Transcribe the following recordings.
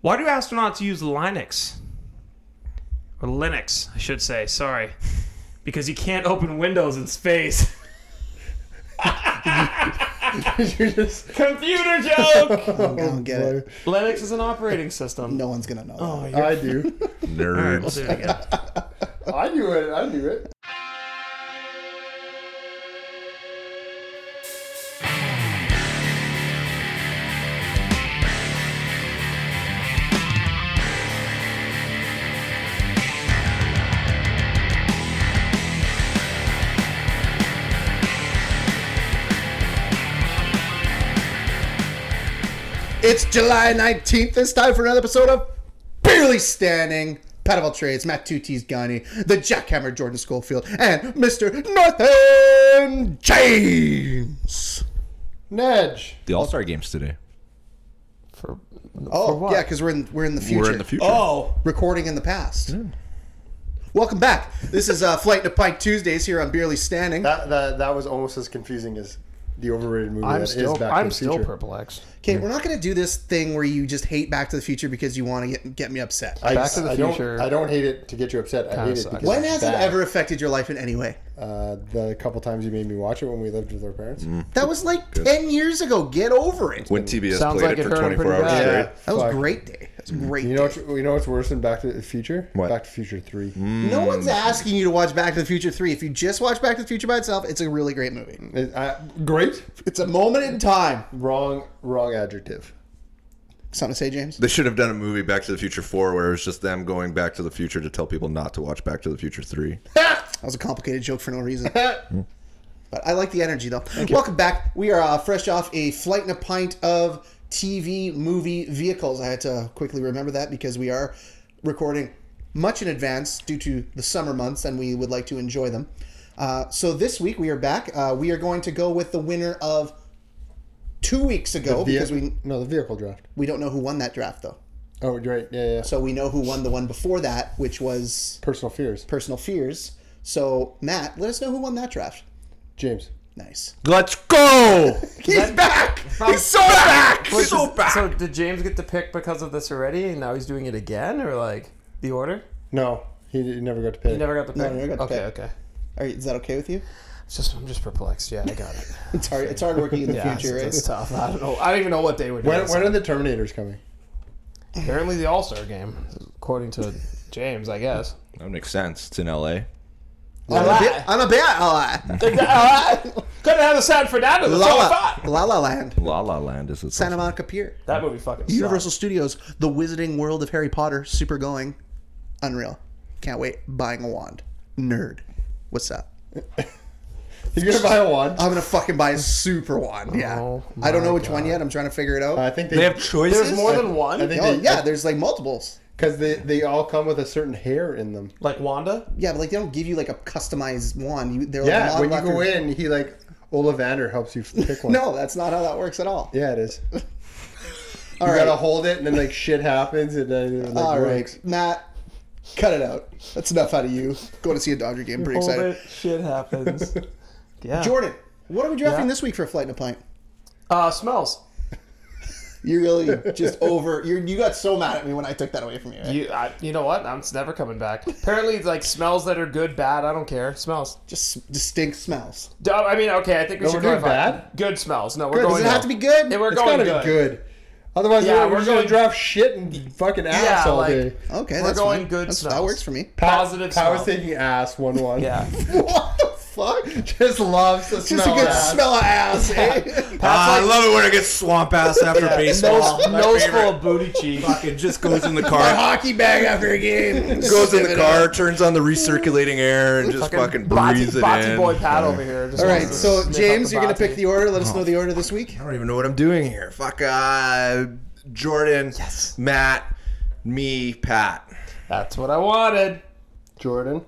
Why do astronauts use Linux? Or Linux, I should say. Sorry. Because you can't open windows in space. You're just. Computer joke! I don't get it. Linux is an operating system. No one's gonna know. Oh, that. you're- I do. All right, we'll Nerds. do it again. I knew it. I knew it. It's July 19th. It's time for another episode of Barely Standing. Pat of all trades, Matt Two T's Gunny, the Jackhammer Jordan Schofield, and Mr. Northern James. Nedge. The All Star games today. For, Oh, what? yeah, because we're in we're in the future. We're in the future. oh, recording in the past. Welcome back. This is uh, Flight to Pike Tuesdays here on Barely Standing. That, that that was almost as confusing as the overrated movie. that I'm is still Back to I'm the still Future. perplexed. Okay, we're not going to do this thing where you just hate Back to the Future because you want to get, get me upset. I, Back to the I don't- Future I don't hate it to get you upset. I kinda hate it sucks. because when it's has bad. it ever affected your life in any way? Uh, the couple times you made me watch it when we lived with our parents. That was like 10 years ago. Get over it. When TBS Sounds like played it it for hurt him 24 pretty hours bad. straight. That was fuck. a great day. That was a great You know, day. what's, you know what's worse than Back to the Future? What? Back to the Future Three. No one's Mm. asking you to watch Back to the Future 3. If you just watch Back to the Future by itself, it's a really great movie. It- I- great. It's a moment in time. Wrong. Wrong adjective. Something to say, James? They should have done a movie Back to the Future 4 where it was just them going back to the future to tell people not to watch Back to the Future 3. That was a complicated joke for no reason. but I like the energy though. Welcome back. We are uh, fresh off a flight and a pint of TV movie vehicles. I had to quickly remember that because we are recording much in advance due to the summer months and we would like to enjoy them. Uh, so this week we are back. Uh, we are going to go with the winner of two weeks ago because we no the vehicle draft. we don't know who won that draft though. Oh, you're right. Yeah, yeah. So we know who won the one before that, which was Personal fears. personal fears. So Matt, let us know who won that draft. James. Nice. Let's go! He's back. He's so back. Wait, so does- bad. So did James get to pick because of this already, and now he's doing it again, or like the order? No, he, he never got to pick. He never got to pick. No, never got to okay, pick. okay. Are you- is that okay with you? It's just I'm just perplexed. Yeah, I got it. It's hard. It's hard working in the yeah, future, it's, right? it's tough. I don't know. I don't even know what they would do. when, when are the Terminators coming? Apparently, the All Star game, according to James, I guess. That makes sense. It's in LA. I'm a bit. I'm a bit. Uh, Couldn't have the San Fernando. That's la, all I la, thought. la La Land. La La Land is its Santa Monica Pier. That movie fucking Universal Studios. The Wizarding World of Harry Potter. Super going. Unreal. Can't wait. Buying a wand. Nerd. What's up? You're gonna buy a wand. I'm gonna fucking buy a super wand. Yeah. Oh I don't my know which one yet. I'm trying to figure it out. I think they, They have choices? There's more than one. I think oh, they, yeah, there's like multiples. because they, they all come with a certain hair in them. like Wanda. Yeah, but like they don't give you like a customized wand. You, they're Yeah, like when you modeled go after- in, he like Ollivander helps you pick one. No, that's not how that works at all. Yeah, it is. You All right. gotta hold it, and then like shit happens, and then it, like, All right, works. Matt, cut it out. That's enough out of you. Going to see a Dodger game. Pretty Hold excited. it. Shit happens. yeah. Jordan, what are we drafting Yeah. this week for a flight and a pint? Uh, smells. You really just over. You you got so mad at me when I took that away from you. right? You, I, you know what? I'm, it's never coming back. Apparently, it's like smells that are good, bad. I don't care. Smells. Just distinct smells. D- I mean, okay. I think we No, should we're doing clarify. bad? Good smells. No, we're Does going. it have no. to be good? Yeah, we're It's going gotta good. be good. Otherwise, Yeah, we're, we're just gonna going- draft shit and fucking ass Yeah, all like- day. okay, we're that's going fine. good That's- That smells. works for me. Positive Power's smell. taking ass one one. Yeah. What the fuck? just loves to Just smell a good ass. smell of ass. Eh? Ah, I love it when I get swamp ass after baseball. Nose, My nose favorite. full of booty cheeks. It just goes in the A car. hockey bag after a game. goes in the car, turns on the recirculating air, and just fucking, breathes Botsy, it botsy in. boy Pat over here. Just All right, wants to so sniff James, up you're gonna botsy. pick the order. Let Oh. us know the order this week. I don't even know what I'm doing here. Fuck, uh, Jordan, yes. Matt, me, Pat. That's what I wanted. Jordan.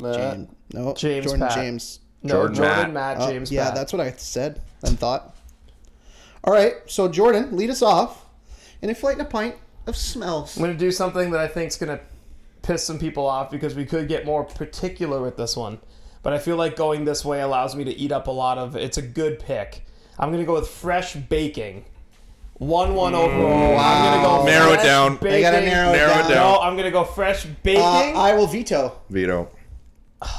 Matt. Jane- No, Uh, James Jordan Pat. James. No, Jordan, Jordan, Matt. Matt, Oh, James. yeah, Pat. that's what I said and thought. All right, so Jordan, lead us off in a flight and a pint of smells. I'm gonna do something that I think's gonna piss some people off because we could get more particular with this one. But I feel like going this way allows me to eat up a lot of. It's a good pick. I'm gonna go with fresh baking, One one overall. I'm gonna go Narrow it fresh down. Baking. I gotta narrow it Narrow it down. down. No, I'm gonna go fresh baking. Uh, I will veto. Veto.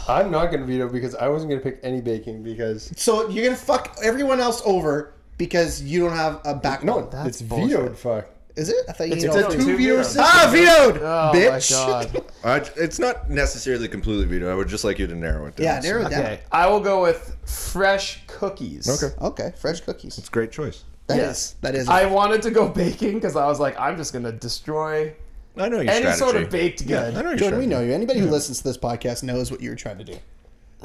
I'm not gonna veto because I wasn't gonna pick any baking because So you're gonna fuck everyone else over because you don't have a no, backbone. it's vetoed. Fuck. is it? I thought you It's need a all two three. veto vetoes. system. Ah, vetoed, oh bitch. my god. I, it's not necessarily completely veto. I would just like you to narrow it down. yeah, narrow it down. Okay, I will go with fresh cookies. Okay. Okay, French cookies. It's a great choice. That is Yes. that is. I wanted to go baking because I was like, I'm just gonna destroy I know your any strategy. sort of baked good. I know your Jordan, we strategy. know you. Anybody who listens to this podcast knows what you're trying to do.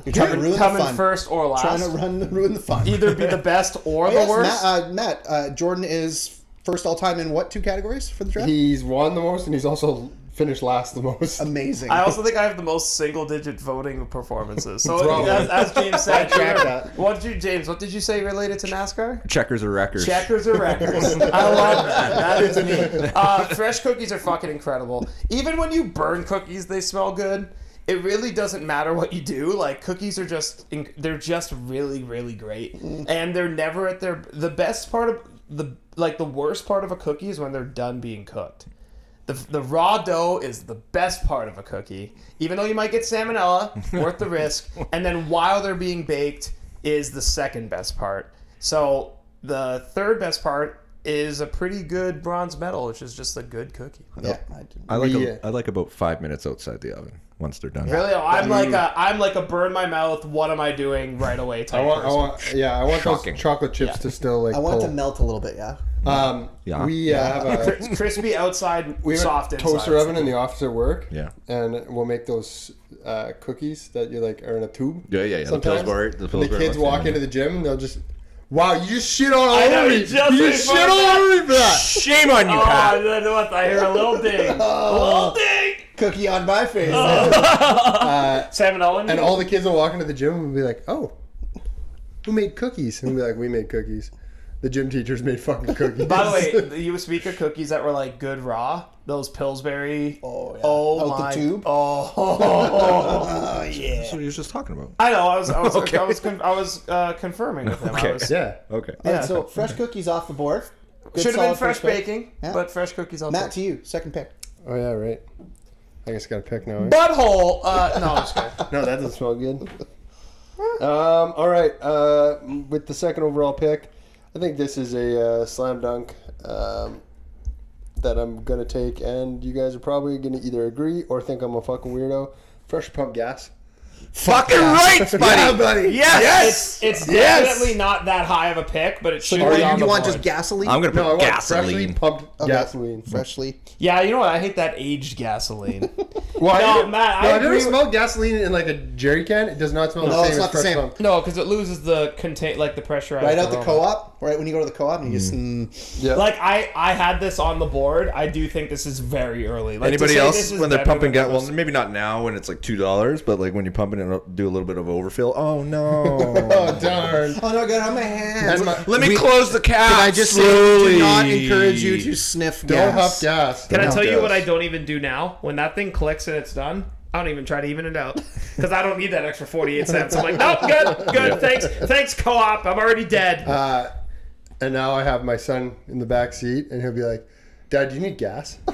You're trying to coming, ruin coming the fun. first or last. Trying to run ruin the fun. Either be the best or the Yes, worst. Matt, uh, Matt uh, Jordan is first all time in what two categories for the draft? He's won the most and he's also finished last the most. Amazing. I also think I have the most single-digit voting performances. So Probably. as, as James said, track you're- that. what did you, James? What did you say related to NASCAR? Checkers or records. Checkers or records? I love that. That is me. Uh, fresh cookies are fucking incredible. Even when you burn cookies, they smell good. It really doesn't matter what you do. Like cookies are just, inc- they're just really, really great, and they're never at their. The best part of the like the worst part of a cookie is when they're done being cooked. The, the raw dough is the best part of a cookie, even though you might get salmonella, worth the risk. And then while they're being baked is the second best part. So the third best part is a pretty good bronze medal, which is just a good cookie. yeah, I did. I like We, uh, a, I like about five minutes outside the oven once they're done. Really, I'm like a I'm like a burn my mouth. What am I doing right away? Type I want, I person. want, yeah, I want Shocking. those chocolate chips to still like. I want it pull. to melt a little bit. Yeah. Um, Yeah. we uh, have a Cri- crispy outside, we have soft a inside. toaster oven in the office at work. Yeah. and we'll make those uh, cookies that you like are in a tube. Yeah, yeah, yeah. The sometimes. Pillsbury- the And Pillsbury kids ones, walk yeah. into the gym and they'll just, wow, you just shit all know, over you me. You just said just shit fuck all that. over me for that. Shame on you, Oh, Pat. I, what, I hear a little ding, a little ding. Cookie on my face. Oh, Salmonella. in And you? all the kids will walk into the gym and be like, oh, who made cookies? And we'll be like, we made cookies. The gym teachers made fucking cookies. By the way, the U.S. speaker cookies that were like good raw, those Pillsbury. Oh, yeah. Oh Out the my. tube? Oh, oh, oh, oh. oh yeah. That's what you were just talking about. I know. I was. I was. Okay. I was. Con- I was uh, confirming with him. I Okay. was, yeah. Okay. All right, so fresh cookies off the board. Good Should have solid been fresh baking, Yeah. but fresh cookies. I'll Matt, take. to you, second pick. Oh, yeah, right. I guess I gotta pick now. eh? Butthole. Uh, no, I'm just kidding. No, that doesn't smell good. um, all right. Uh, with the second overall pick, I think this is a uh, slam dunk um, that I'm going to take, and you guys are probably going to either agree or think I'm a fucking weirdo. Fresh pump gas. Fucking right, buddy. Yes. Yes. It's, it's Yes. definitely not that high of a pick, but it should Or be you, on the you want board. just gasoline? I'm gonna put No, I want freshly gasoline. pumped Okay. gasoline. Freshly. Yeah, you know what? I hate that aged gasoline. Why? No, Matt, I no, I've agree never with- smelled gasoline in like a jerry can. It does not smell No, the same it's as not the fresh same. pumped. no, because it loses the contain like the pressurized. Right out the aroma. co-op, right when you go to the co-op, and you just mm, Yeah. Like I, I had this on the board. I do think this is very early. Like, to Anybody say else this is when they're better pumping than gas? most- Well, maybe not now when it's like two dollars, but like when you're pumping it, up, do a little bit of overfill. Oh no! oh darn. oh no, God, on my hands. And my- Let me close the cap. I just say, slowly. do not encourage you to sniff Don't gas. huff gas. Can I tell you gas. what I don't even do now? When that thing clicks and it's done, I don't even try to even it out because I don't need that extra forty-eight cents. I'm like, nope, good, good, thanks, thanks, co-op. I'm already dead. Uh, and now I have my son in the back seat, and he'll be like, "Dad, do you need gas?" And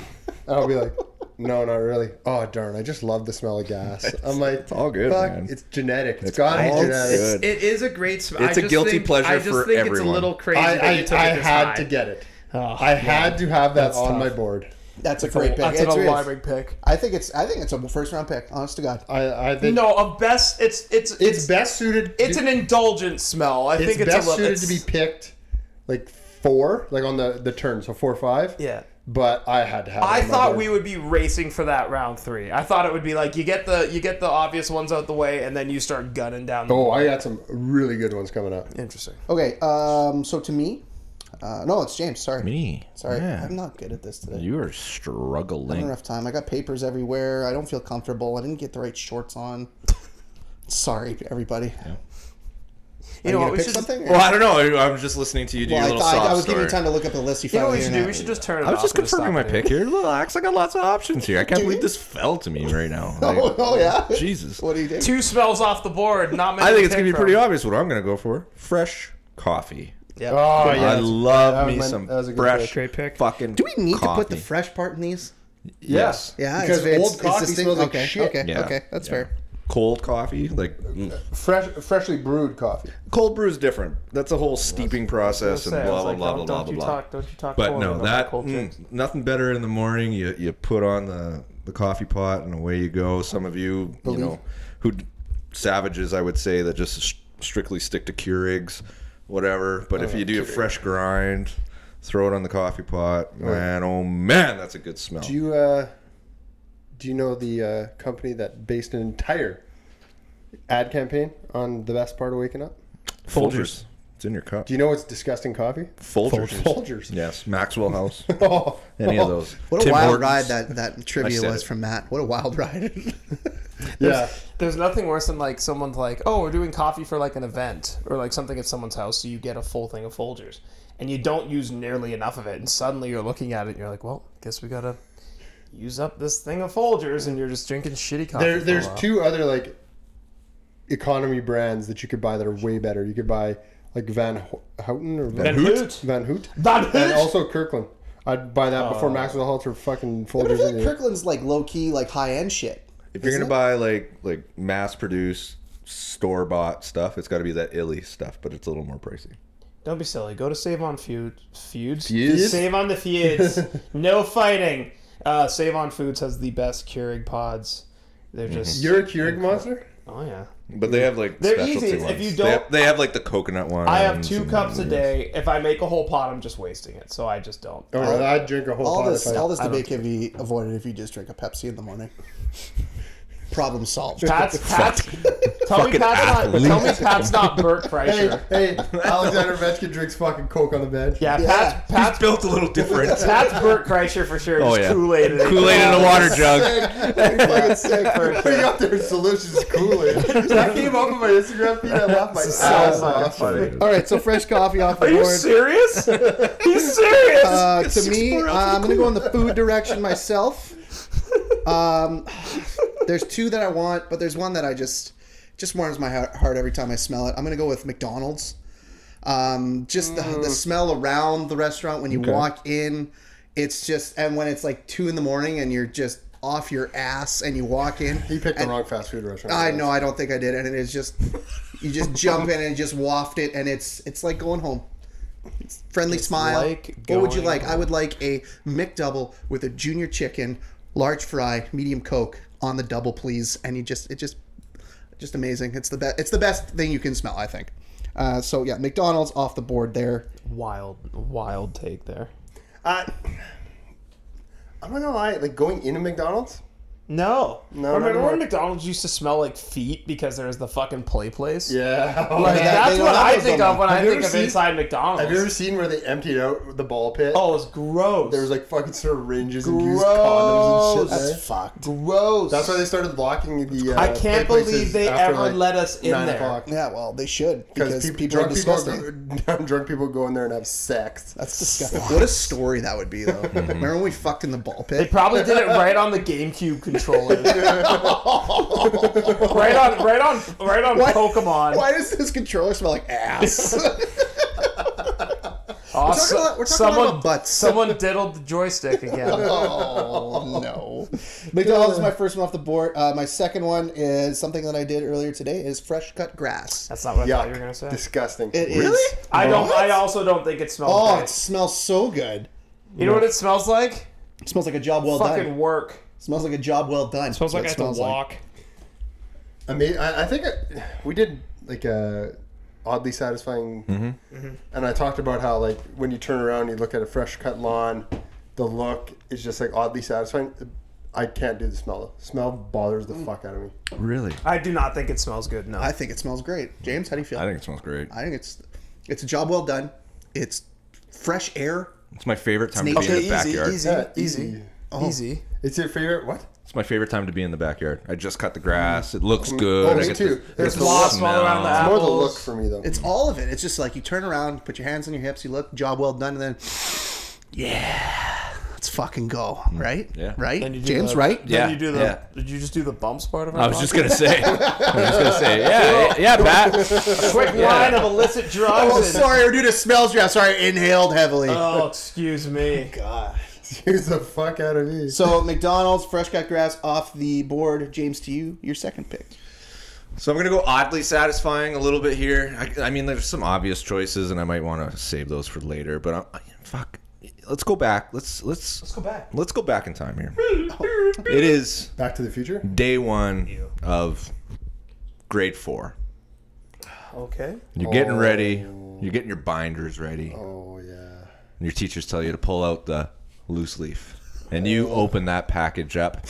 I'll be like, "No, not really." Oh darn! I just love the smell of gas. I'm like, "It's all good, Fuck, man. It's genetic. it's got to all be genetic." good. It is a great smell. It's a guilty pleasure I just for think It's a everyone. little crazy I, that you I, took I it this had high. to get it. Oh, I had to have that That's on tough. my board. That's a great pick. That's It's- an it is. alarming pick. I think it's I think it's a first round pick. Honest to God. I, I think No, a best. It's it's it's, best suited. It's an indulgent smell. I It's think it's best a little. suited it's- to be picked like four, like on the the turn, so four or five. Yeah. But I had to have. I it on Oh my thought board. we would be racing for that round three. I thought it would be like you get the you get the obvious ones out the way, and then you start gunning down. The Oh, I got some really good ones coming up. interesting. Okay, um, so to me, uh, no, it's James. Sorry, Me. sorry, Yeah. I'm not good at this today. You are a struggling. rough time. I got papers everywhere. I don't feel comfortable. I didn't get the right shorts on. Sorry, everybody. You know You what gonna we pick should? something? or- Well, I don't know. I, I was just listening to you do Well, your I little thought sob I was story. giving you time to look up the list. You You know finally what we should do? didn't We have should it. just turn it I was off just and confirming my stop it. pick here. Relax. I got lots of options here. I can't Do believe you? this fell to me right now. Oh, Like, oh yeah. Jesus. What do you do? Two smells off the board. Not many. I to think it's pick gonna be from. pretty obvious what I'm gonna go for. Fresh coffee. Yeah. Oh yeah, I that's- love that was me my- some that was a good fresh Great pick. fucking. Do we need to put the coffee. fresh part in these? Yes. Yeah, because it's, old it's, coffee it's distinct- smells like okay, shit. Okay, Yeah. okay, that's Yeah. fair. Cold coffee, like mm. Fresh, freshly brewed coffee. cold brew is different. That's a whole steeping process and Say, I blah was blah like, blah don't, blah don't blah you blah. talk, don't you talk. But poorly no, about that cold mm, drinks. nothing better in the morning. You you put on the the coffee pot and away you go. Some of you, you know, who d- savages, I would say, that just s- strictly stick to Keurigs, whatever. But Oh, if you do a fresh grind, throw it on the coffee pot, man, oh man, that's a good smell. Do you uh, do you know the uh, company that based an entire ad campaign on the best part of waking up? Folgers, it's in your cup. Do you know it's disgusting coffee? Folgers. Folgers. Yes, Maxwell House. Oh, Any of those. What a Tim wild Hortons. ride that, that trivia said was it. from Matt. What a wild ride. yeah. There's nothing worse than like someone's like, oh, we're doing coffee for like an event or like something at someone's house, so you get a full thing of Folgers, and you don't use nearly enough of it, and suddenly you're looking at it, and you're like, well, guess we gotta use up this thing of Folgers, and you're just drinking shitty coffee. There, for a there's while. two other like economy brands that you could buy that are way better. You could buy like Van Ho- Houten or Van Van, Hoot. Van Hoot, Van and Hoot! also Kirkland. I'd buy that before Maxwell Holt or fucking But I Folgers. feel in like it. Kirkland's like low key, like high end shit. If you're Isn't gonna buy like like mass produced store bought stuff, it's got to be that illy stuff, but it's a little more pricey. Don't be silly. Go to Save on Feud. Feuds? Feuds? Save on the Feuds. no fighting. Uh, Save on Foods has the best Keurig pods. They're just. You're a Keurig monster. oh, yeah. But they have like They're specialty easy. If ones. you they, don't- have, they have like the coconut one. I have two cups a day. If I make a whole pot, I'm just wasting it, so I just don't. Or I'd drink a whole All pot this, if I, all this I don't debate can be avoided if you just drink a Pepsi in the morning. Problem solved. Pat's Pat's. tell, me Fucking Pat's not, athlete. tell me Pat's not Burt Kreischer. Hey, hey, Alexander Ovechkin drinks fucking Coke on the bench. Yeah, Yeah. Pat's Pat's built a little different. Pat's Burt Kreischer for sure. Oh, Just yeah. Kool-Aid. in it. Kool Aid in a water jug. fucking sick. Putting out their solutions cooler. that came up on my Instagram feed. I laughed my ass off. All right, so fresh coffee off the Are you board. serious? He's serious. Uh, to me, uh, I'm gonna go in the food direction myself. Um, there's two that I want, but there's one that I just just warms my heart heart every time I smell it. I'm gonna go with McDonald's. Um, just the, the smell around the restaurant when you walk in, it's just and when it's like two in the morning and you're just off your ass and you walk in. He picked the and- wrong fast food restaurant. I know. I don't think I did, and it is just you just jump in and just waft it, and it's it's like going home. It's friendly smile. like what would you going like? I would like a McDouble with a junior chicken, large fry, medium Coke on the double, please. And you just it just just amazing. It's the best. It's the best thing you can smell. I think. Uh, so yeah, McDonald's off the board there. wild, wild take there. I, I'm not gonna lie. Like going into McDonald's. No. No, Remember no, no. when McDonald's used to smell like feet because there was the fucking play place? Yeah. Like, Yeah, that's they- what that I was think on of when there. I Have you think ever of seen- inside McDonald's. have you ever seen where they emptied out the ball pit? oh, it's gross. There was like fucking sort of ranges and used Gross. condoms and shit. That's there. fucked. gross. That's why they started locking the. Uh, I can't play places believe they after, ever let us in nine there. O'clock. Yeah, well they should Because because people, people, are drunk people, disgusting. go, drunk people go in there and have sex. That's disgusting. What a story that would be though. Remember when we fucked in the ball pit? They probably did it right on the GameCube controller. right on, right on, right on Why- Pokemon. Why does this controller smell like ass? Awesome. We're talking a lot- we're talking a lot someone, about butts. someone diddled the joystick again. oh no! McDonald's is my first one off the board. Uh, my second one is something that I did earlier today: is fresh cut grass. That's not what I thought you were Yuck. gonna say. Disgusting. It is. I don't. I also don't think it smells. Oh, great. it smells so good. you know what it smells like? It smells like a job well Fucking done. work. smells like a job well done. Smells like What I it have to walk. I mean, I, I think I, we did like a oddly satisfying, Mm-hmm. Mm-hmm. and I talked about how like when you turn around, you look at a fresh cut lawn, the look is just like oddly satisfying. I can't do the smell. though. Smell bothers Mm. the fuck out of me. Really? I do not think it smells good. No. I think it smells great. James, how do you feel? I think it smells great. I think it's it's a job well done. It's fresh air. It's my favorite time to be neat. in the easy, backyard. easy, Yeah, E-, easy, easy. easy. Oh. It's your favorite what? It's my favorite time to be in the backyard. I just cut the grass. It Mm. looks Oh, good. me I get too. The, There's I get the wasps all smell. around the More the Apples. look for me though. It's all of it. It's just like you turn around, put your hands on your hips, you look, job well done, and then let's fucking go, right? Yeah. Right? Then you do James, the- right? Then Yeah, you do the. yeah. Did you just do the bumps part of it? I was just gonna say. I was just gonna say. Yeah, yeah, Pat. quick line of illicit drugs. Oh, and- sorry, we're doing a smells draft. Sorry, I inhaled heavily. Oh, excuse me. God. Here's the fuck out of me. So McDonald's fresh cut grass off the board. James, to you, your second pick. So I'm gonna go oddly satisfying a little bit here. I, I mean, there's some obvious choices, and I might want to save those for later. But uh, I, I, fuck, let's go back. Let's let's let's go back. Let's go back in time here. it is Back to the Future. Mm-hmm. day one of grade four. Okay. You're getting ready. You're getting your binders ready. Oh yeah. And your teachers tell you to pull out the loose leaf, and you open that package up.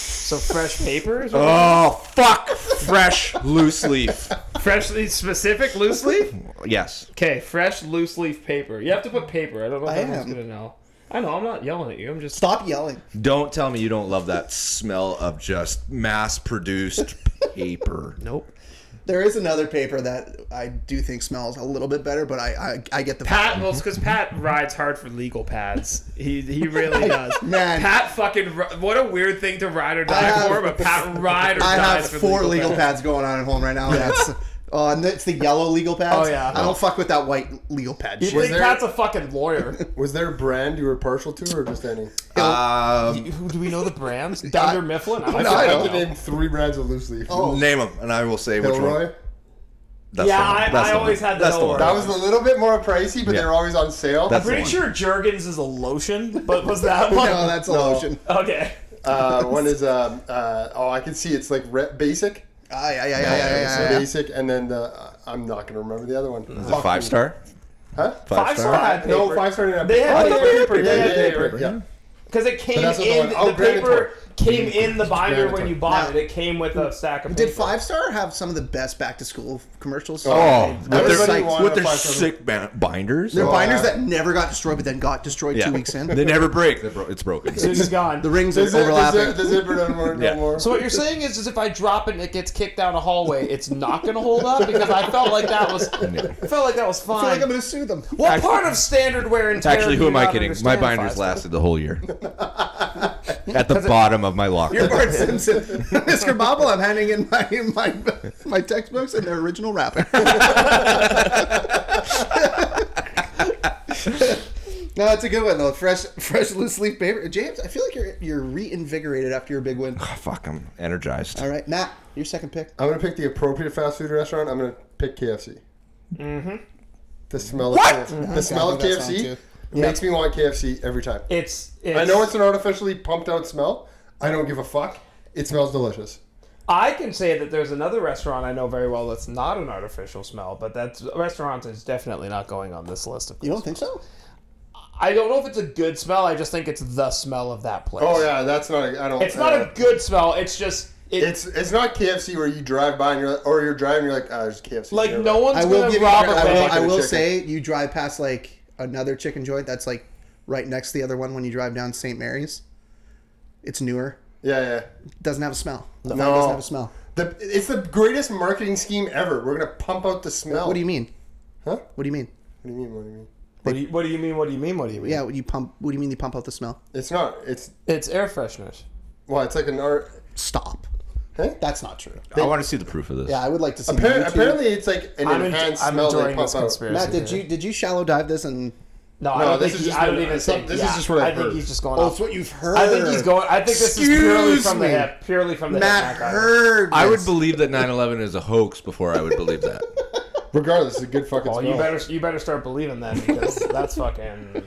So fresh papers. Oh fuck! Fresh loose leaf. Freshly specific, loose leaf. Yes. Okay, fresh loose leaf paper. You have to put paper. I don't know if I anyone's am. gonna know. I know. I'm not yelling at you. I'm just. Stop yelling. Don't tell me you don't love that smell of just mass produced paper. Nope. There is another paper that I do think smells a little bit better, but I I, I get the Pat, well, it's Mm-hmm. because Pat rides hard for legal pads. He he really does. Man. Pat fucking. ri- What a weird thing to ride or I die have- for, but Pat ride or I dies have for four legal pads going on at home right now. and That's oh, and it's the yellow legal pads. Oh, yeah. I don't fuck with that white legal pad. You shit. think Pat's a fucking lawyer? Was there a brand you were partial to, or just any? Um, Who do we know the brands? Dunder Mifflin. I don't No, I fucking don't. Oh. I know. can name three brands of loose leaf. Name them, and I will say which Gilroy. one. That's Yeah, the one. I- That's I the one. always had the That's the Gilroy. one. That was a little bit more pricey, but Yeah. they're always on sale. That's Pretty the sure Jergens is a lotion, but was that one? no, Oh, that's a lotion. Okay. Uh, one is um, uh, oh, I can see it's like re- basic, Aye, aye, aye, aye, aye, It's aye, aye. basic, and then the, uh, I'm not gonna remember the other one. one. Is it five star? Huh? Five star? star. Five No, paper. five star. didn't have They had paper. paper. Yeah, They had yeah, paper. yeah. Because it came that's not the in one. the, Oh, paper Granitore. came in the binder when you Granitore. bought it. It came with a stack of. Did paper. Five Star have some of the best back to school commercials? Oh, with Everybody their, wanted with a their five star. sick ba- binders. They're Oh, binders yeah. that never got destroyed, but then got destroyed yeah. two weeks in. They never break. They're bro- it's broken. Soon he's gone. the rings are The zip- the overlapping. zip- the zipper doesn't work no Yeah. more. So what you're saying is, is if I drop it and it gets kicked down a hallway, it's not gonna hold up because I felt like that was, I felt like that was fine. I feel like I'm going to sue them. what part of standard wear and tear? Actually, do you who am I not kidding? My understand, binders Fives? lasted the whole year. At the bottom of my You're locker. Bart Simpson. Mr. Bobble, I'm handing in my, my my textbooks in their original wrapping. no, that's a good one though. Fresh, fresh loose leaf paper. James, I feel like you're you're reinvigorated after your big win. Oh, fuck, I'm energized. All right, Matt, your second pick. I'm gonna pick the appropriate fast food restaurant. I'm gonna pick KFC. Mm-hmm. The smell of KFC. the smell of I know that song KFC too. makes me want KFC every time. It's, I know it's an artificially pumped out smell. I don't give a fuck. It smells delicious. I can say that there's another restaurant I know very well that's not an artificial smell, but that restaurant is definitely not going on this list. Of You don't think so? I don't know if it's a good smell. I just think it's the smell of that place. Oh yeah, that's not. A, I don't. It's not uh, a good smell. It's just it, It's it's not KFC where you drive by and you're like, or you're driving you're like, ah, there's KFC. like here." no one's I will gonna give you. rob credit. a I will, bank. I for the will chicken. say you drive past like another chicken joint that's like right next to the other one when you drive down St. Mary's. It's newer. Yeah, yeah. Doesn't have a smell. No, No. doesn't have a smell. The, it's the greatest marketing scheme ever. We're gonna pump out the smell. What do you mean? Huh? What do you mean? What do you mean? What do you mean? What do, you, what do you mean? What do you mean? What do you mean? Yeah, what do you pump? What do you mean? You pump out the smell? It's not. It's It's air fresheners. well, it's like an art. Stop. Huh? That's not true. I want to see the proof of this. Yeah, I would like to see. Appar- you two- apparently, it's like an I'm, en- enhanced I'm smell they enjoying pump this out. conspiracy. Matt, did theory. you did you shallow dive this and? No, I don't this think. is He, just I don't what- even some- think. this is yeah, just what I I've think. heard. He's just going. Oh, off. it's what you've heard. I think he's going. I think this is purely Excuse from the me. hip. Purely from the Matt hip. Matt heard. I would this. believe that 9/11 is a hoax before I would believe that. Regardless, it's a good fucking Well, smell. you better you better start believing that because that's fucking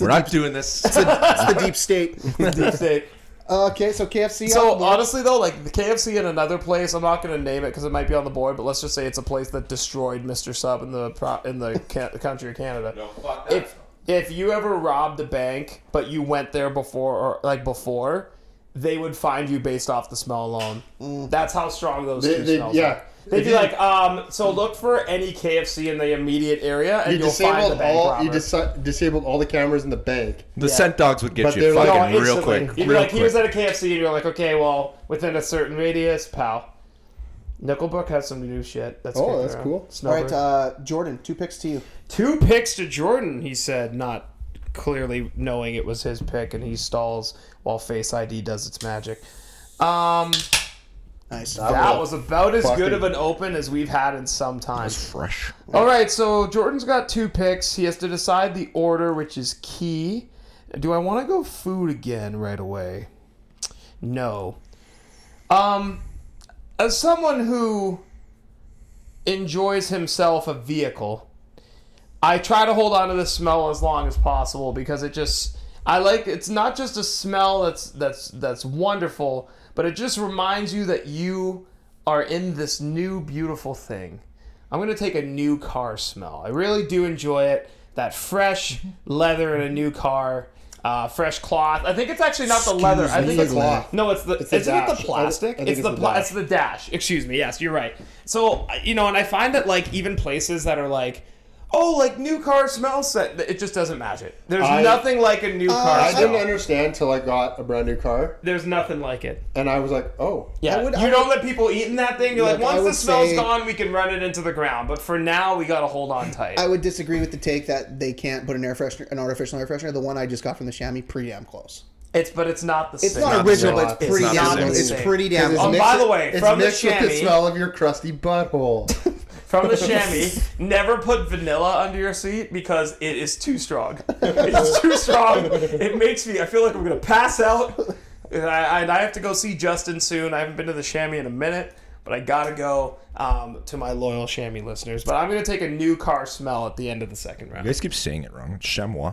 We're not doing this. It's the deep state. deep state. okay, so KFC. So out there. honestly though, like the KFC in another place, I'm not gonna name it because it might be on the board, but let's just say it's a place that destroyed Mr. Sub in the pro- in the ca- country of Canada. If if you ever robbed a bank, but you went there before or like before, they would find you based off the smell alone. That's how strong those Mm. They- two they- smells yeah. are. They'd If be you- like, um, so look for any KFC in the immediate area, and you will find the disabled bank all. robber. You disi- disabled all the cameras in the bank. The scent dogs would get But you they're like- fucking "Oh, No, real instantly. quick. You'd be real like, he quick. was at a KFC, and you're like, okay, well, within a certain radius, pal. Nickelbook has some new shit. That's Oh, kicking that's around. cool. all Snowbird. right, uh, Jordan, two picks to you. Two picks to Jordan, he said, not clearly knowing it was his pick, and he stalls while Face ID does its magic. Um, Nice. that was about as good fucking- of an open as we've had in some time. Fresh. All right, so Jordan's got two picks. He has to decide the order, which is key. Do I want to go food again right away? No. Um, as someone who enjoys himself a vehicle, I try to hold on to the smell as long as possible because it just I like it's not just a smell that's that's that's wonderful, but it just reminds you that you are in this new beautiful thing. I'm gonna take a new car smell. I really do enjoy it. That fresh leather in a new car, uh, fresh cloth. I think it's actually not the leather. I me, think it's the cloth. no, it's the isn't the it the dash. I- plastic? I think it's, it's the, the pla- dash. it's the dash. Excuse me. Yes, you're right. So uh, you know, and I find that like even places that are like, oh, like new car smell set, it just doesn't match it. There's I- nothing like a new car I didn't smell. understand till I got a brand new car, There's nothing like it. and I was like, "Oh, Yeah, would- you I don't let people eat in that thing. You're like, Look, I once the would smell's say- gone, we can run it into the ground. But for now, we gotta hold on tight. I would disagree with the take that they can't put an air freshener, an artificial air freshener. The one I just got from the chamois, pretty damn close. it's but it's not the same. It's not original, same. but it's It's pretty not damn. the close. same. It's pretty damn. It's Oh, close. mixed by the with- way, it's from the mixed with chamois- the smell of your crusty butthole." from the chamois. Never put vanilla under your seat because it is too strong. It's too strong. It makes me. I feel like I'm gonna pass out. And I, and I have to go see Justin soon. I haven't been to the chamois in a minute, but I gotta go um, to my loyal chamois listeners. But I'm gonna take a new car smell at the end of the second You round. guys keep saying it wrong. It's chamois.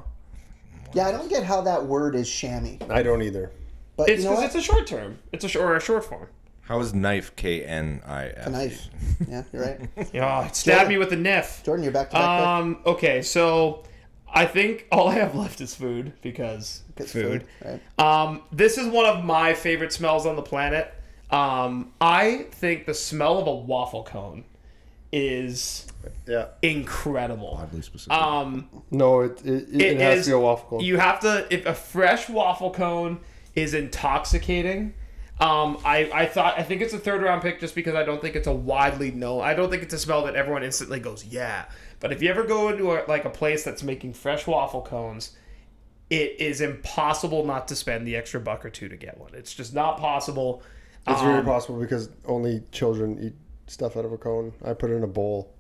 Yeah, I don't get how that word is chamois. I don't either. But It's you know because what? it's a short term. It's a short, or a short form. How is knife K N I F? E? a knife. Yeah, you're right. Yeah, it stabbed me with a knife. Jordan, you're back to back. pick. Um. Okay, so I think all I have left is food because It's food. right? Um, this is one of my favorite smells on the planet. Um, I think the smell of a waffle cone is Yeah. incredible. Oddly specific. Uh, Um, No, it it, it, it has is- to be a waffle cone. You have to if a fresh waffle cone is intoxicating. Um, I, I thought I think it's a third round pick just because I don't think it's a widely known. I don't think it's a smell that everyone instantly goes yeah. But if you ever go into a, like a place that's making fresh waffle cones, it is impossible not to spend the extra buck or two to get one. It's just not possible. it's Um, very possible because only children eat stuff out of a cone. I put it in a bowl.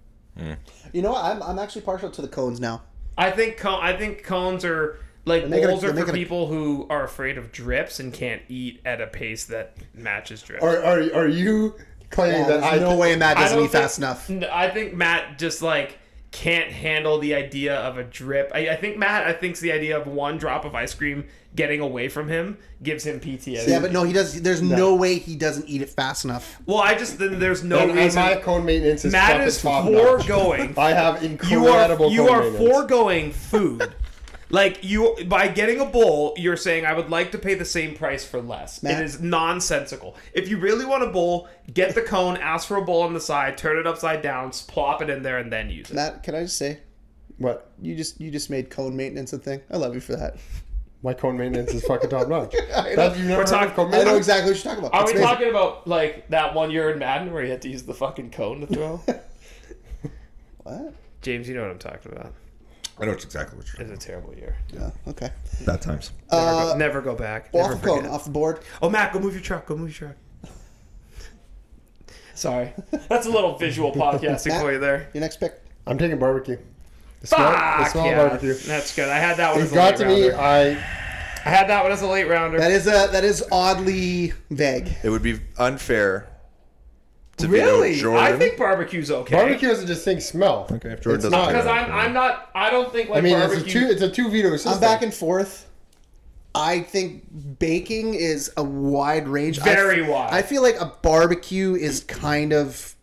You know what? I'm, I'm actually partial to the cones now. I think cone, I think cones are like making a- bowls they're are for making a- people who are afraid of drips and can't eat at a pace that matches drips. Are are, are you claiming Yeah, that there's I no way Matt I doesn't don't eat think- fast enough. N- I think Matt just like can't handle the idea of a drip. I, I think Matt, I think the idea of one drop of ice cream getting away from him gives him PTSD. Yeah, but no, he does. There's no, way he doesn't eat it fast enough. well, I just then there's no And, and reason. my cone maintenance is Matt top- is top notch. foregoing. I have you are incredible you cone are maintenance. foregoing food. Like you, by getting a bowl, you're saying I would like to pay the same price for less. Matt? It is nonsensical. If you really want a bowl, get the cone, ask for a bowl on the side, turn it upside down, plop it in there, and then use it. Matt, can I just say, What? you just you just made cone maintenance a thing. I love you for that. My cone maintenance is fucking top notch. I know. That- you've never We're heard talking- of cone I know maintenance? exactly what you're talking about. Are It's we amazing. talking about like that one year in Madden where you had to use the fucking cone to throw? What? James, you know what I'm talking about. I know it's exactly what you're It was a terrible year. Yeah, okay. That times. Uh, Uh, Never, go, never go back. Never Waffle cone forget. off the board. Oh, Matt, go move your truck. Go move your truck. Sorry, that's a little visual podcasting for you there. Your next pick. I'm taking barbecue. The smell, the Fuck smell yeah, of barbecue. that's good. I had that one. As It a got late to rounder. me. I I had that one as a late rounder. That is a that is oddly vague. It would be unfair to really, veto Jordan. I think barbecue's okay. barbecue is a distinct smell. Okay, if Jordan It's doesn't not- like because it, I'm, I'm not. I don't think like I mean, it's a barbecue. two. It's a two veto system. I'm back and forth. I think baking is a wide range. I f- Very wide. I feel like a barbecue is kind of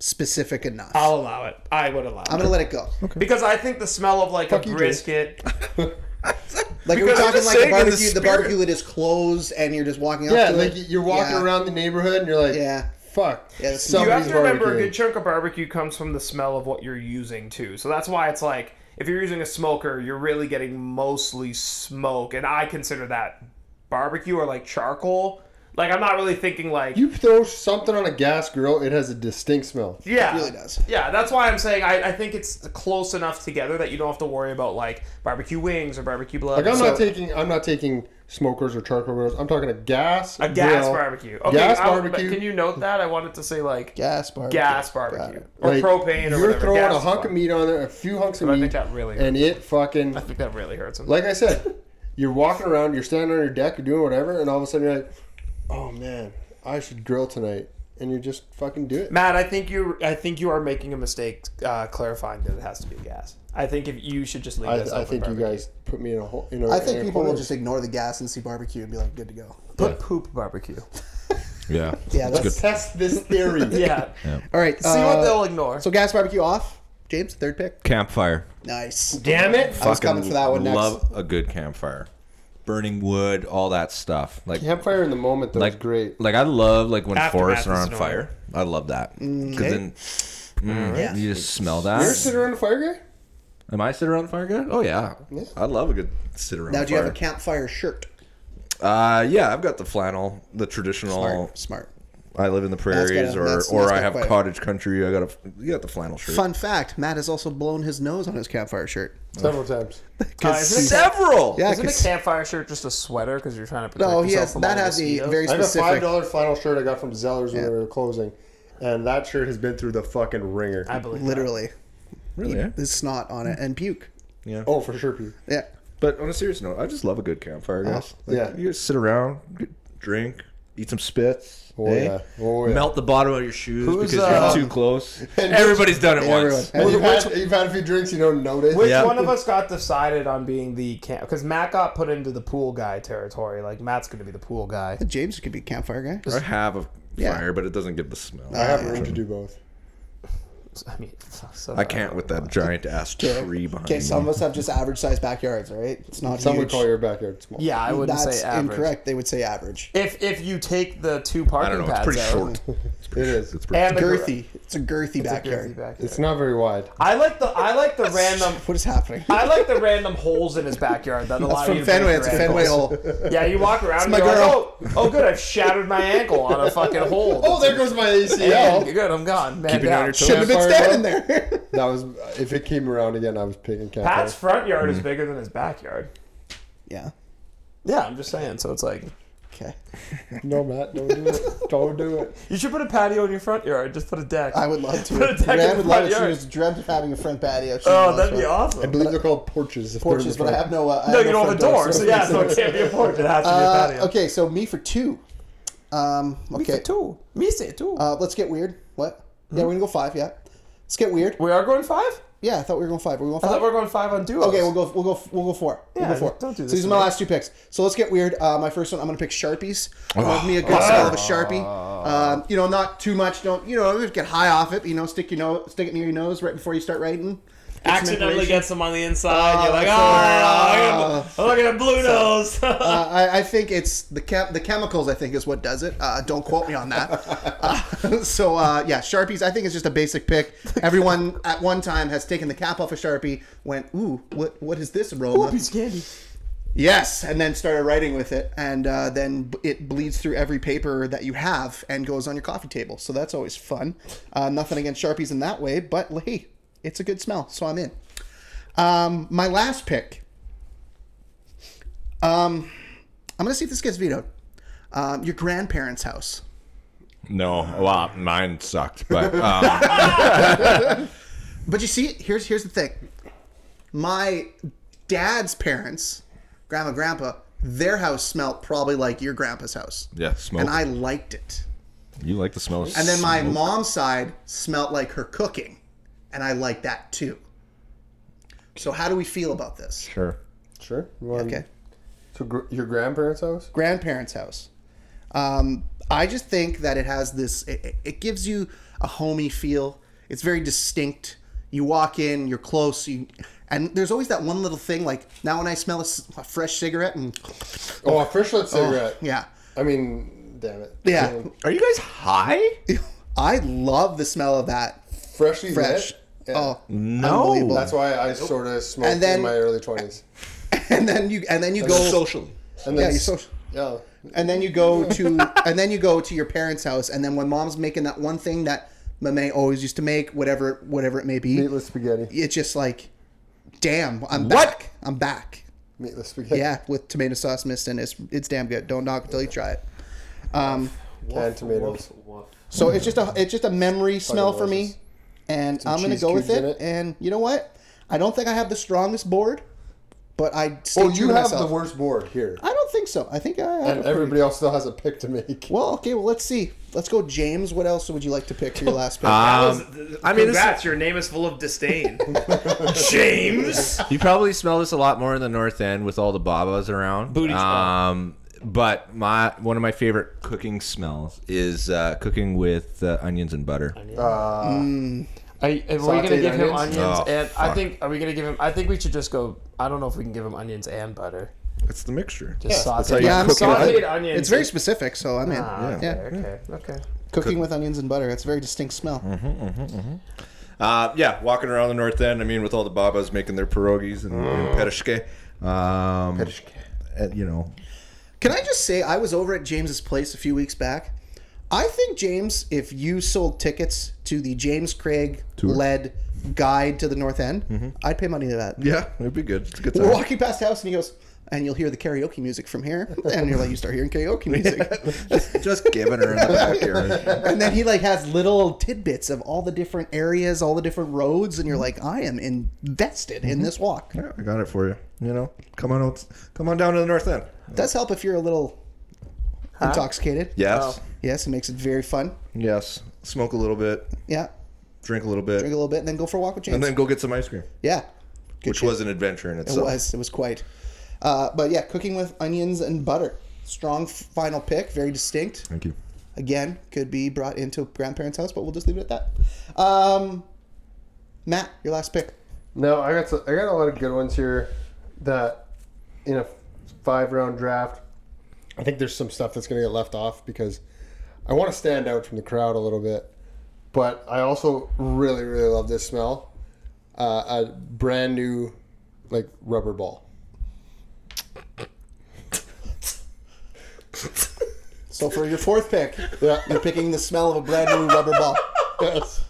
specific enough. i I'll allow it. I would allow am it gonna let it go. because I think the smell of like Fuck a you, James. brisket. Like we're Because I'm talking just like the saying in the barbecue, the, spirit. barbecue that is closed, and you're just walking up Yeah, to like it. you're walking Yeah. around the neighborhood and you're like, Yeah. fuck. Yeah, that's- you have somebody's to remember a barbecuing. good chunk of barbecue comes from the smell of what you're using too. So that's why it's like if you're using a smoker, you're really getting mostly smoke, and I consider that barbecue or like charcoal. Like I'm not really thinking like You throw something on a gas grill, it has a distinct smell. yeah, really does. Yeah, that's why I'm saying I, I think it's close enough together that you don't have to worry about like barbecue wings or barbecue blood. Like I'm So- not taking I'm not taking smokers or charcoal grills. I'm talking a gas a gas grill. barbecue. Okay, gas I- but barbecue. Can you note that? I wanted to say like Gas barbecue. gas Got barbecue it. or Like, propane or You're whatever. throwing Gas a is hunk of fine. meat on there, a few hunks of I meat, think that really and it fucking I think that really hurts him. like I said, you're walking around, you're standing on your deck, you're doing whatever, and all of a sudden you're like, oh man, I should grill tonight, and you just fucking do it. Matt, I think you I think you are making a mistake uh, clarifying that it has to be gas. I think if you should just leave I, this I open think you barbecue. guys put me in a hole. You know, I think in a people will corner. just ignore the gas and see barbecue and be like, good to go. put poop barbecue. Yeah. Yeah, that's, let's test this theory. yeah. all right. See what uh, they'll ignore. So gas barbecue off. James, third pick. Campfire. Nice. Damn it! I was coming for that one next. Love a good campfire. Burning wood, all that stuff. Like Campfire in the moment though is like great. Like I love like when Aftermath forests are is on annoying. fire. I love that because then mm, Yeah. you just smell that. You're sitting around a fire guy. Am I sit around the fire guy? Oh yeah. I love a good sit around. Now, do you have fire. a campfire shirt? Uh, yeah, I've got the flannel, the traditional. Oh. Smart. Smart. I live in the prairies, got- or that's- or that's I got have quite a- cottage country. I got a you got the flannel shirt. Fun fact: Matt has also blown his nose on his campfire shirt. Several times. 'Cause- Uh, isn't it- Several. yeah, Isn't a 'cause- campfire shirt just a sweater because you're trying to protect no, he yourself has. from That all the has a mosquitoes? very I have a five specific. dollar flannel shirt I got from Zellers when Yeah. they were closing, and that shirt has been through the fucking ringer. I believe that. Literally, Really? eh? his snot on it and puke. oh, for sure, Pete. Yeah. But on a serious note, I just love a good Oh, campfire, guys. Like, yeah. You just sit around, g- drink, eat some spits. Oh, eh? yeah. Oh, yeah. Melt the bottom of your shoes Who's, because uh, you're too close. Everybody's done it once. And you've, had, you've had a few drinks, you don't notice. Which Yeah. one of us got decided on being the camp? Because Matt got put into the pool guy territory. Like Matt's going to be the pool guy. James could be a campfire guy. I have a Yeah. fire, but it doesn't give the smell. I have room to do both. I mean, so, so- I can't with that giant ass tree behind Okay, me. some of us have just average sized backyards, right? It's not Some would huge. call your backyard small. Yeah, I wouldn't That's say average. incorrect. They would say average. If if you take the two I parking don't know. It's pads pretty out short. it is. It's pretty and the gar- Girthy. It's a girthy it's a girthy backyard. um, backyard. It's not very wide. I like the I like the random. What is happening? I like the random holes in his backyard that allow That's you to from break Fenway. your It's a ankles. Fenway hole. Yeah, you walk around and my you're girl. like, oh, oh, good, I've shattered my ankle on a fucking hole. Oh, there goes my Yeah, ACL. good, I'm gone. Man Keeping it down. on your toes. Shouldn't have been standing there. That was if it came around again, I was picking cat. Pat's front yard Mm-hmm. is bigger than his backyard. yeah. Yeah, I'm just saying. So it's like Okay. No, Matt, don't do it. Don't do it. you should put a patio in your front yard. Just put a deck. I would love to. Put a deck in Ray the would front love it. She yard. was dreamt of having a front patio. She oh, loves that'd be front I awesome. believe they're called porches. if they're in Porches, the but I front. have no. Uh, I No, have you don't have front a door, so yeah, it's so it okay. can't be a porch. It has to be a Uh, patio. okay, so me for two. Um, okay. two. Hmm? Me say two. Uh, let's get weird. What? Yeah, we're gonna go five. Yeah. Let's get weird. we are going five. Yeah, I thought we were going five. Are we going I five? thought we were going five on duos. Okay, we'll go. We'll go. We'll go four. Yeah, we'll go four. don't do this So these to are my me. last two picks. So let's get weird. Uh, my first one, I'm gonna pick sharpies. Love me a Ah. good smell of a sharpie. Um, you know, not too much. Don't you know? Get high off it. But, you know, stick your nose, stick it near your nose right before you start writing. Get some Accidentally inspiration. gets them on the inside. Oh, you're like, that's oh, look at a blue nose. Uh, I, I think it's the chem- the chemicals. I think is what does it. Uh, don't quote me on that. Uh, so uh, yeah, sharpies. I think it's just a basic pick. Everyone at one time has taken the cap off a sharpie, went, "Ooh, what what is this aroma?" candy. Yes, and then started writing with it, and uh, then b- it bleeds through every paper that you have and goes on your coffee table. So that's always fun. Uh, nothing against sharpies in that way, but hey, it's a good smell, so I'm in. Um, my last pick. Um, I'm gonna see if this gets vetoed. Um, your grandparents' house. No, well, mine sucked, but um, But you see, here's here's the thing. My dad's parents, grandma, grandpa, their house smelled probably like your grandpa's house. yeah, smoke. and I liked it. you like the smell of And then my smoke. mom's side smelt like her cooking, and I liked that too. So how do we feel about this? Sure. Sure. You want- Okay, To gr- your grandparents' house. grandparents' house. Um, I just think that it has this. It, it- it gives you a homey feel. It's very distinct. You walk in, you're close, you, and there's always that one little thing. Like now, when I smell a, s- a fresh cigarette, and Oh, a freshlet cigarette. yeah, I mean, damn it. yeah, Um, Are you guys high? I love the smell of that Freshly fresh. lit. Yeah. Mm. Oh, No. That's why I sort of smoked And then- in my early twenties. and then you and then you go socially. And Yeah, then you s- social. yeah. and then you go Mm. to and then you go to your parents' house, and then when mom's making that one thing that Mame always used to make, whatever whatever it may be, meatless spaghetti. it's just like, damn, I'm back. I'm back. Meatless spaghetti. Yeah, with tomato sauce mixed in, it's it's damn good. Don't knock until you try it. Um, Canned tomatoes. so it's just a it's just a memory smell for me, delicious. and I'm gonna cheese go with cubes it. in it. And you know what? I don't think I have the strongest board, but I stay Oh, true you to have myself. the worst board here. I don't think so. I think I have a And pretty- everybody else still has a pick to make. Well, okay. Well, let's see. Let's go, James. What else would you like to pick for your last pick? Uh, Um, I mean, this, Congrats, your name is full of disdain. James! you probably smell this a lot more in the North End with all the babas around. Booty smell. Um, but my one of my favorite cooking smells is uh, cooking with uh, onions and butter. Uh, Are, you- are we gonna Sauteed give him onions? onions Oh, and I fuck. think are we gonna give him? I think we should just go. I don't know if we can give him onions and butter. It's the mixture. Just that's how sauteed. you Yeah, I'm cook it. sorry. Sauteed onions. It's very specific, so I'm in. Ah, yeah. Okay, okay. Okay. Cooking with onions and butter. That's a very distinct smell. Mm-hmm. Uh, yeah, walking around the north end. I mean, with all the babas making their pierogies and, and petishke. Um, and, you know, Can I just say, I was over at James's place a few weeks back. I think James, if you sold tickets to the James Craig led guide to the North End, I'd pay money to that. Mm-hmm. yeah, it'd be good. It's a good We're time. walking past the house, and he goes, and you'll hear the karaoke music from here, and you're like, you start hearing karaoke music. Just giving her in the back here. and then he like has little tidbits of all the different areas, all the different roads, and you're like, I am invested Mm-hmm. in this walk. Yeah, I got it for you. You know, come on out, come on down to the north end. does help if you're a little intoxicated. Yes, Yes, it makes it very fun. yes. Smoke a little bit, Yeah. drink a little bit, Drink a little bit and then go for a walk with James. and then go get some ice cream, yeah. Good which shit. was an adventure in It itself. was. It was quite. Uh, but yeah, cooking with onions and butter. Strong f- final pick. Very distinct. Thank you. Again, could be brought into grandparents' house, but we'll just leave it at that. Um, Matt, your last pick. no, I got some, I got a lot of good ones here. That in a five round draft, I think there's some stuff that's going to get left off because I want to stand out from the crowd a little bit. But I also really really love this smell. Uh, a brand new, like rubber ball. So for your fourth pick, Yeah. you're picking the smell of a brand new rubber ball. yes.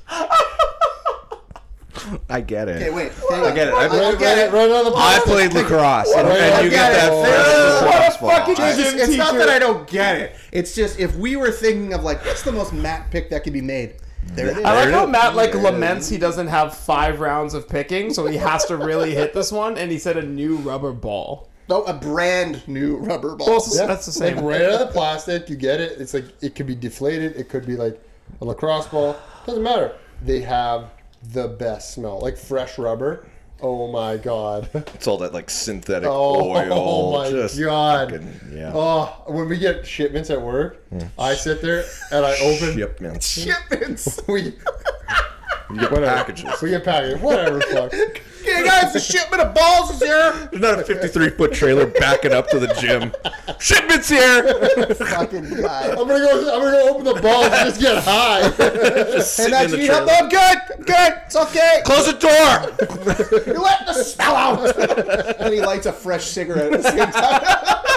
I get it. Okay, wait. Hang on. I get it. I, Right, get right, it. right on the I ball. played lacrosse, and, Right and on you the get that ball. first lacrosse ball. It's, I- it's not that I don't get it. It's just if we were thinking of like what's the most Matt pick that could be made. There it is. I like it how is. Matt like laments he doesn't have five rounds of picking, so he has to really hit this one. And he said a new rubber ball. No, Oh, a brand new rubber ball. Well, it's- Yeah, that's the like, same. right out of the plastic, you get it. It's like it could be deflated. It could be like a lacrosse ball. Doesn't matter. They have the best smell, like fresh rubber. Oh my god. It's all that like synthetic Oh, oil. my just god. fucking- Hmm. yeah. Oh, when we get shipments at work, I sit there and I open. Shipments. Shipments. We You get packages. we get packaged. Whatever. Fuck. okay, guys, the shipment of balls is here. There's not a 53 foot trailer backing up to the gym. Shipments here. Fucking god. I'm gonna go. I'm gonna go open the balls and just get high. Just And sitting that's in the you know, trailer. no, good, good, it's okay. Close the door. You let the smell out. and he lights a fresh cigarette at the same time.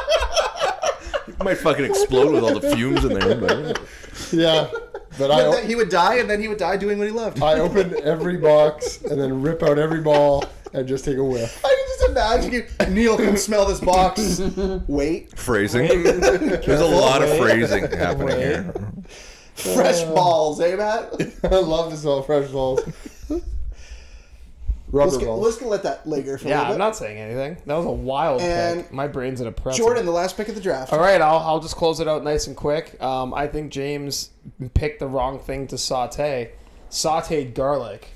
It might fucking explode with all the fumes in there. But yeah. But I. And then he would die, and then he would die doing what he loved. I open every box and then rip out every ball and just take a whiff. I can just imagine you. Neil can smell this box. Wait, phrasing. There's a lot of phrasing happening here. fresh balls, eh, Matt? I love to smell fresh balls. Let's Rubber get, balls. let's get let that linger for a Yeah, little I'm bit. not saying anything. That was a wild And- pick. My brain's in a press. Jordan, the last pick of the draft. All right, I'll, I'll just close it out nice and quick. Um, I think James picked the wrong thing to saute. Sauteed garlic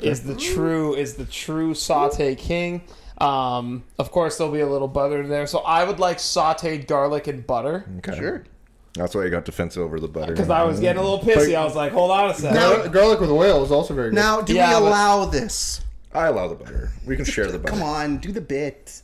is the true is the true saute king. Um, of course, there'll be a little butter in there, so I would like sauteed garlic and butter Okay. Sure. That's why you got defensive over the butter. because I was getting a little pissy. I was like, hold on a second. Gar- garlic with oil is also very good. Now, do Yeah, we but- allow this? I allow the butter. We can share the butter. Come on, do the bit.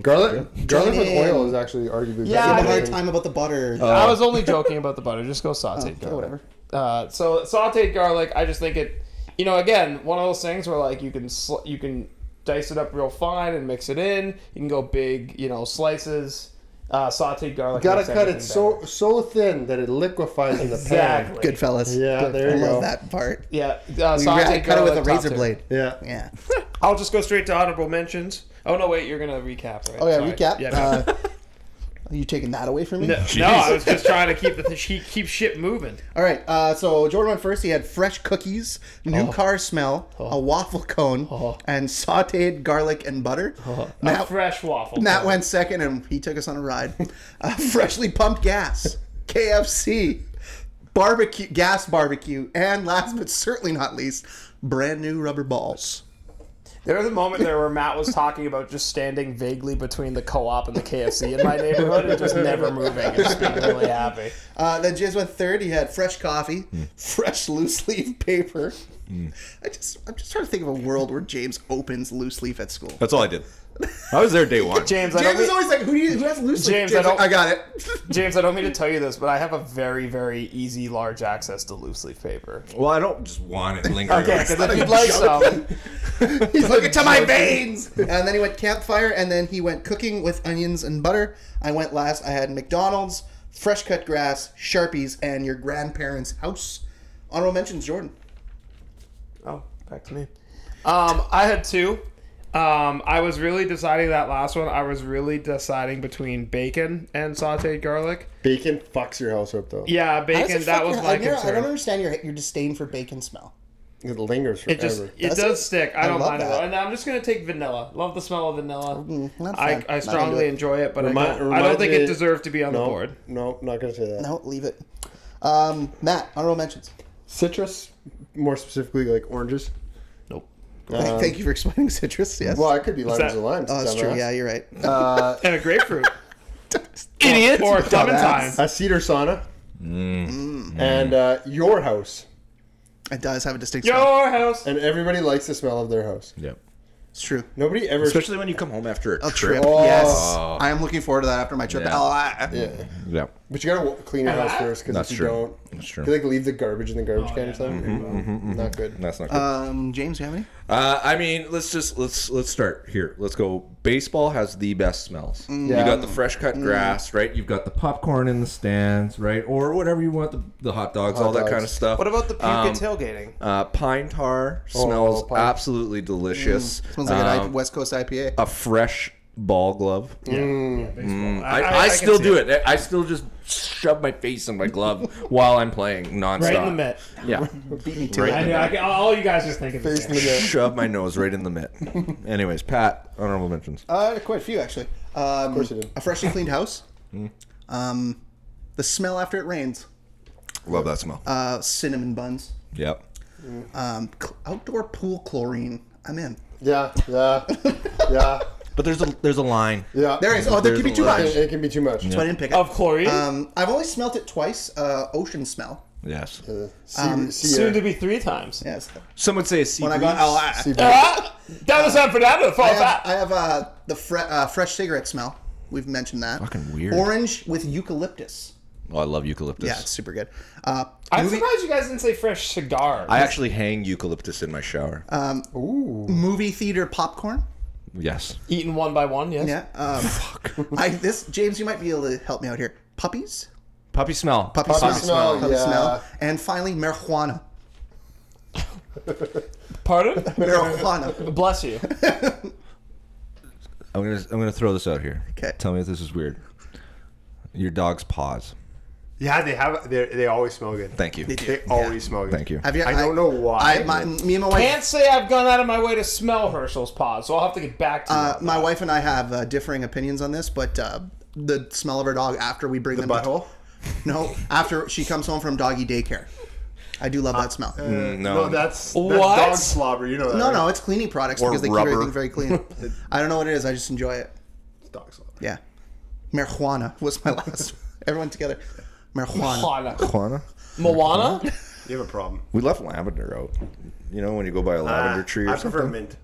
garlic garlic Join with in. oil is actually arguably Yeah, I better. have a than hard anything. time about the butter. I was only joking about the butter. Just go sauteed Oh. Okay, garlic. whatever. Uh, so sauteed garlic, I just think it, you know, again, one of those things where like you can sl- you can dice it up real fine and mix it in. You can go big, you know, slices. Uh, sauteed garlic. Gotta makes cut it everything so better. so thin that it liquefies in the pan. Exactly. Good fellas. Yeah, Good. there I you love go. that part. Yeah. Uh, We sauteed cut it with garlic, a top razor tier. blade. Yeah. Yeah. I'll just go straight to honorable mentions. Oh no, wait. You're gonna recap, right? Oh yeah. Sorry. Recap. Yeah. Uh, are you taking that away from me? No, no, I was just trying to keep the keep, keep shit moving. All right. Uh, so Jordan went first. He had fresh cookies, new car smell, a waffle cone, and sautéed garlic and butter. A Now, fresh waffle. Matt went second, and he took us on a ride. Uh, freshly pumped gas, KFC, barbecue, gas barbecue, and last but certainly not least, brand new rubber balls. There was a moment there where Matt was talking about just standing vaguely between the co-op and the KFC in my neighborhood and just never moving and just being really happy. Uh, then Jizz went third. He had fresh coffee, Hmm. fresh loose leaf paper. I just, I'm just trying to think of a world where James opens loose leaf at school. That's all I did. I was there day one. James, I don't James is mean, always like, who, do you, who has loose leaf? James, I is like, don't- I got it. James, I don't mean to tell you this, but I have a very, very easy, large access to loose leaf paper. Well, I don't just want it lingering. Okay, because if you'd like some, He's looking to my veins. and then he went campfire, and then he went cooking with onions and butter. I went last. I had McDonald's, fresh cut grass, Sharpies, and your grandparents' house. Honorable mentions, Jordan. oh, back to me. Um, I had two. Um, I was really deciding that last one. I was really deciding between bacon and sautéed garlic. Bacon fucks your house up though. Yeah, How does bacon. it That fuck was your- my I, never- I concern. don't understand your your disdain for bacon smell. It lingers forever. It just it Does does, it? stick. I, I don't love mind it. that. Mm, And I'm just gonna take vanilla. Love the smell of vanilla. not a fan. I, Not I into strongly it. enjoy it, but Remi- I, don't, I reminds don't think it me- deserved to be on no, the board. No, not gonna say that. No, leave it. Um, Matt, honorable mentions. Citrus, more specifically like oranges. Nope. Thank- Thank you for explaining citrus. Yes. Well, it could be lemons that- and limes. oh, that's true. dumbass. Yeah, you're right. Uh, And a grapefruit. Idiot. Or clementine. a cedar sauna, and uh, your house. It does have a distinct smell. Your house. And everybody likes the smell of their house. Yep. It's true. Nobody ever. Especially when you come home after a, A trip. trip. Yes. Oh. I am looking forward to that after my trip. Yeah. Oh, I- yeah. Yep. But you gotta wa- clean your house first because That's if you true. don't, That's true. you like leave the garbage in the garbage can or something. Not good. That's not good. Um, James, you have any? Uh, I mean, let's just let's let's start here. Let's go. Baseball has the best smells. Yeah. You got the fresh cut grass, right? You've got the popcorn in the stands, right? Or whatever you want, the, the hot dogs, all that dogs. kind of stuff. What about the puke Um, and tailgating? uh, pine tar smells pine- absolutely delicious. Smells Mm. like an I- Um, West Coast IPA. a fresh ball glove. Baseball. I, I, Mm. can still see do it. I still just shove my face in my glove while I'm playing nonstop. Right in the mitt. Yeah. Beat me to right it. I know. I can, all you guys just think of Face in it. the net. shove my nose right in the mitt. Anyways, Pat, honorable mentions. Uh, quite a few actually. Um, of course you did. A freshly cleaned house. Um, the smell after it rains. Love that smell. Uh, cinnamon buns. yep. Um, cl- outdoor pool chlorine. I'm in. Yeah, yeah, yeah, But there's a there's a line. yeah. There is. Oh, there could be too much. It, it can be too much. But I didn't pick it. Of chlorine. Um, I've only smelt it twice. Uh, ocean smell. Yes. Uh, sea, sea air. Soon to be three times. Yes. Some would say a sea When I breeze. got, oh, I, sea breeze. Ah, that was San Fernando. Fall I have, back. I have uh, the fre- uh, fresh cigarette smell. We've mentioned that. Fucking weird. Orange with eucalyptus. Oh, I love eucalyptus. Yeah, it's super good. Uh, I'm movie, surprised you guys didn't say fresh cigar. I actually hang eucalyptus in my shower. movie theater popcorn. yes. Eaten one by one. Yes. Yeah. Um, I, this James, you might be able to help me out here. Puppies, Puppy smell. puppy, Puppy smell, smell, puppy yeah. smell, and finally marijuana. Pardon? Marijuana. Bless you. I'm gonna I'm gonna throw this out here. 'Kay. Tell me if this is weird. Your dog's paws. Yeah, they have. They they always smell good. Thank you. They always smell good. Thank you. Have you? I don't know why. I, my, me and my wife. Can't say I've gone out of my way to smell Herschel's pod, so I'll have to get back to you. Uh, my wife and I have uh, differing opinions on this, but uh, the smell of her dog after we bring the them butthole? No, after she comes home from doggy daycare. I do love that smell. No. Uh, that's, that's What? dog slobber. You know that. no, right? no, it's cleaning products Or because they keep rubber. everything very clean. I don't know what it is. I just enjoy it. It's dog slobber. Yeah. Marijuana was my last. Everyone together. Marijuana. Moana. Juana. Moana? You have a problem. We left lavender out. You know when you go by a lavender Ah, tree or I something. prefer mint.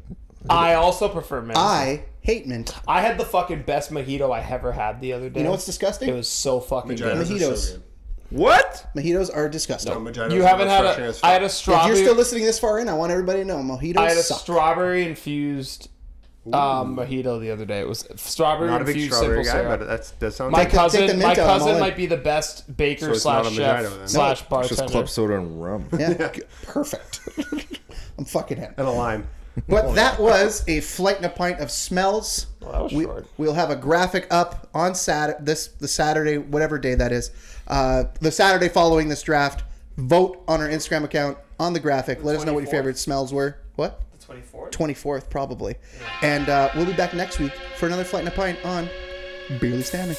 I also prefer mint. I hate mint. I had the fucking best mojito I ever had the other day. You know what's disgusting? It was so fucking Vaginas are good. Mojitos. So good. What? Mojitos are disgusting. Oh, vaginas You are haven't had refreshing a. as fuck. I had a if strawberry. you're still listening this far in, I want everybody to know mojitos I had a suck. strawberry infused um, mojito the other day. It was strawberry Not a big infused strawberry simple guy, syrup. but that's does sound. my good. the- take the cousin, mint my out, I'm all cousin in. might be the best baker So it's not slash a chef vagina then. slash It's just bartender. club soda and rum. Yeah. Perfect. I'm fucking in. and a lime. But that was a flight and a pint of smells. that was we, short. We'll have a graphic up on Saturday, this the Saturday, whatever day that is, uh, the Saturday following this draft. Vote on our Instagram account on the graphic. Let us know what your 24th. favorite smells were. What? Twenty four. 24th, probably. And uh, we'll be back next week for another flight and a pint on Barely Standing.